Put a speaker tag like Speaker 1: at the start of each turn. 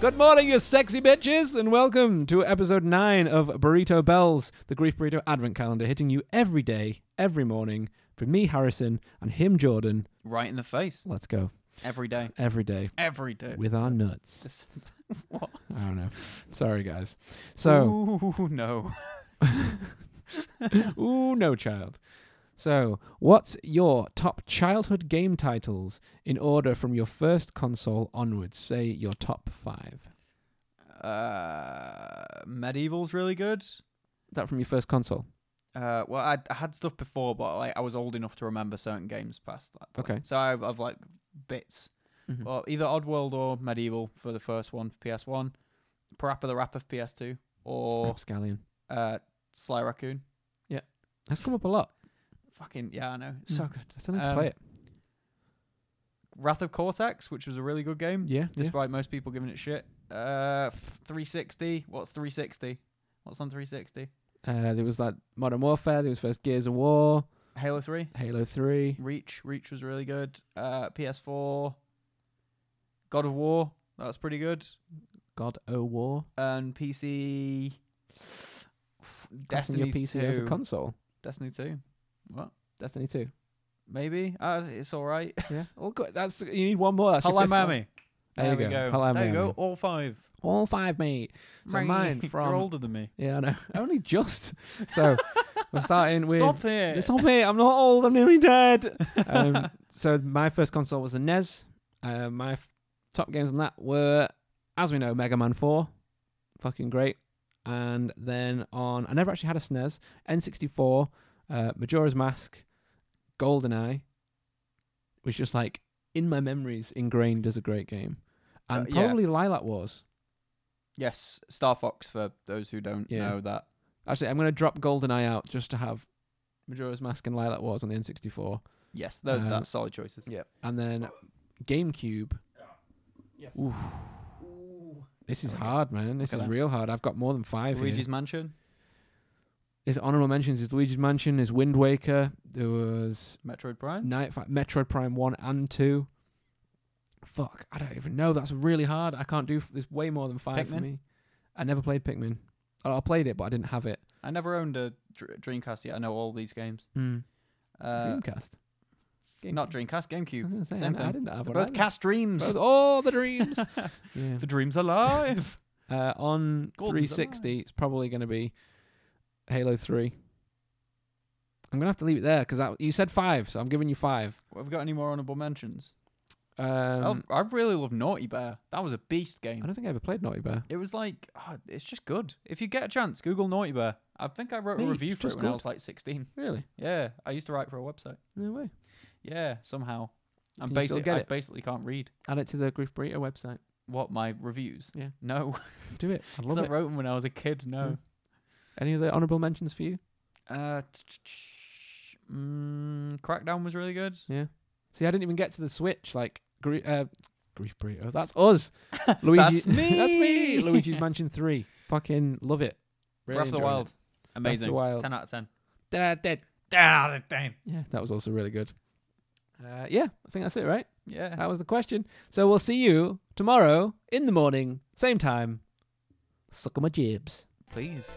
Speaker 1: Good morning, you sexy bitches, and welcome to episode 9 of Burrito Bells, the Grief Burrito Advent Calendar, hitting you every day, every morning, from me, Harrison, and him, Jordan.
Speaker 2: Right in the face.
Speaker 1: Let's go.
Speaker 2: Every day.
Speaker 1: Every day.
Speaker 2: Every day.
Speaker 1: With our nuts.
Speaker 2: Just- what?
Speaker 1: I don't know. Sorry, guys. So,
Speaker 2: Ooh, no.
Speaker 1: ooh, no child. So, what's your top childhood game titles in order from your first console onwards? Say your top five.
Speaker 2: Uh, medieval's really good.
Speaker 1: That from your first console.
Speaker 2: Uh, well, I, I had stuff before, but like I was old enough to remember certain games past that. point.
Speaker 1: Okay.
Speaker 2: So I've, I've like bits.
Speaker 1: Mhm.
Speaker 2: Well, either Oddworld or Medieval for the first one for PS1, Parappa the Rapper for PS2, or
Speaker 1: Rapscallion.
Speaker 2: uh, Sly Raccoon.
Speaker 1: That's come up a lot.
Speaker 2: Fucking yeah, I know. It's so
Speaker 1: Mm.
Speaker 2: good.
Speaker 1: I still need to
Speaker 2: Um,
Speaker 1: play it.
Speaker 2: Wrath of Cortex, which was a really good game.
Speaker 1: Yeah. yeah.
Speaker 2: despite most people giving it shit. Uh, f- 360. What's 360? What's on 360?
Speaker 1: Uh, there was like Modern Warfare. There was first Gears of War,
Speaker 2: Halo 3.
Speaker 1: Halo Three.
Speaker 2: Reach. Reach was really good. Uh, PS4. God of War. That was pretty good.
Speaker 1: God O War.
Speaker 2: And PC.
Speaker 1: Classing
Speaker 2: Destiny
Speaker 1: your PC as a
Speaker 2: 2.
Speaker 1: console.
Speaker 2: Destiny 2.
Speaker 1: Destiny Two.
Speaker 2: Maybe. Uh, it's all right.
Speaker 1: Yeah. All good. That's you need one more. That's your
Speaker 2: Hello,
Speaker 1: fifth one.
Speaker 2: Miami.
Speaker 1: There you
Speaker 2: we
Speaker 1: go.
Speaker 2: go.
Speaker 1: Hello,
Speaker 2: there you
Speaker 1: Miami.
Speaker 2: go. All five.
Speaker 1: All five, mate. So
Speaker 2: Mate,
Speaker 1: mine from-
Speaker 2: You're older than me.
Speaker 1: Yeah, I know. Only just. So we're starting with.
Speaker 2: Stop here.
Speaker 1: Stop it! I'm not old. I'm nearly dead. um, so my first console was the NES. Uh, my f- top games on that were, as we know, Mega Man 4, fucking great. And then on, I never actually had a E SNES. N64, uh, Majora's Mask, GoldenEye, was just like in my memories ingrained as a great game, and
Speaker 2: Uh, yeah.
Speaker 1: probably Lilac Wars.
Speaker 2: Yes, Star Fox for those who don't
Speaker 1: Yeah.
Speaker 2: know that.
Speaker 1: Actually, I'm gonna drop GoldenEye out just to have Majora's Mask and Lilac Wars on the N64.
Speaker 2: Yes, tho-
Speaker 1: Um,
Speaker 2: that's solid choices.
Speaker 1: Yeah, and then GameCube.
Speaker 2: Yes.
Speaker 1: Oof. This is
Speaker 2: Okay.
Speaker 1: hard, man. This
Speaker 2: Oh, Look at
Speaker 1: is
Speaker 2: that.
Speaker 1: real hard. I've got more than five. here.
Speaker 2: Luigi's Mansion,
Speaker 1: His honorable mentions is Luigi's Mansion, is Wind Waker. There was
Speaker 2: Metroid Prime.
Speaker 1: Night Fight, Metroid Prime One and Two. Fuck, I don't even know. That's really hard. I can't do. f- There's way more than five for
Speaker 2: Pikmin?
Speaker 1: me. I never played Pikmin. Oh, I played it, but I didn't have it.
Speaker 2: I never owned a Dr- Dreamcast yet. I know all these games.
Speaker 1: Mm.
Speaker 2: Hmm. Uh,
Speaker 1: Dreamcast. Game-
Speaker 2: not Dreamcast,
Speaker 1: I was
Speaker 2: GameCube.
Speaker 1: gonna say, I-
Speaker 2: Same
Speaker 1: I
Speaker 2: thing.
Speaker 1: didn't have
Speaker 2: They're
Speaker 1: one
Speaker 2: both
Speaker 1: either.
Speaker 2: cast dreams.
Speaker 1: Both- all the dreams. yeah.
Speaker 2: the dreams alive.
Speaker 1: Uh, on
Speaker 2: Gordon's
Speaker 1: 360, it's probably going to be Halo 3. I'm going to have to leave it there because you said five, so I'm giving you five.
Speaker 2: Have we got any more honorable mentions? I-
Speaker 1: Um,
Speaker 2: I really love Naughty Bear. That was a beast
Speaker 1: I
Speaker 2: game.
Speaker 1: don't think I ever played Naughty Bear.
Speaker 2: It was like ah, it's just good. If you get a chance, Google Naughty Bear. I think I wrote
Speaker 1: Mate,
Speaker 2: a review
Speaker 1: it's
Speaker 2: for it
Speaker 1: just
Speaker 2: when I
Speaker 1: good.
Speaker 2: was like 16.
Speaker 1: Really?
Speaker 2: Yeah, I used to write for a website.
Speaker 1: No way.
Speaker 2: Yeah, somehow.
Speaker 1: Can
Speaker 2: And
Speaker 1: you still
Speaker 2: basically,
Speaker 1: get
Speaker 2: I
Speaker 1: it?
Speaker 2: basically can't read.
Speaker 1: Add it to the Grief Burrito website.
Speaker 2: What my reviews?
Speaker 1: Yeah.
Speaker 2: No,
Speaker 1: Do it. I love
Speaker 2: because I
Speaker 1: it.
Speaker 2: wrote them when I was a kid. No.
Speaker 1: Any other honourable mentions for you?
Speaker 2: Uh, t- t- t- mm, Crackdown was really good.
Speaker 1: Yeah. See, I didn't even get to the Switch. Like, gr- uh, Grief Burrito. That's us. Luigi.
Speaker 2: That's me.
Speaker 1: That's me. Luigi's Mansion 3. Fucking love it. Really
Speaker 2: Breath of the
Speaker 1: enjoyed it.
Speaker 2: Wild,
Speaker 1: Breath of the
Speaker 2: amazing.
Speaker 1: Wild.
Speaker 2: Ten out of ten.
Speaker 1: Da- da-
Speaker 2: Ten out of ten.
Speaker 1: Yeah, that was also really good. Uh, yeah, I think that's it, right?
Speaker 2: Yeah.
Speaker 1: That was the question. So we'll see you tomorrow in the morning, same time. Suck on my jibs.
Speaker 2: Please.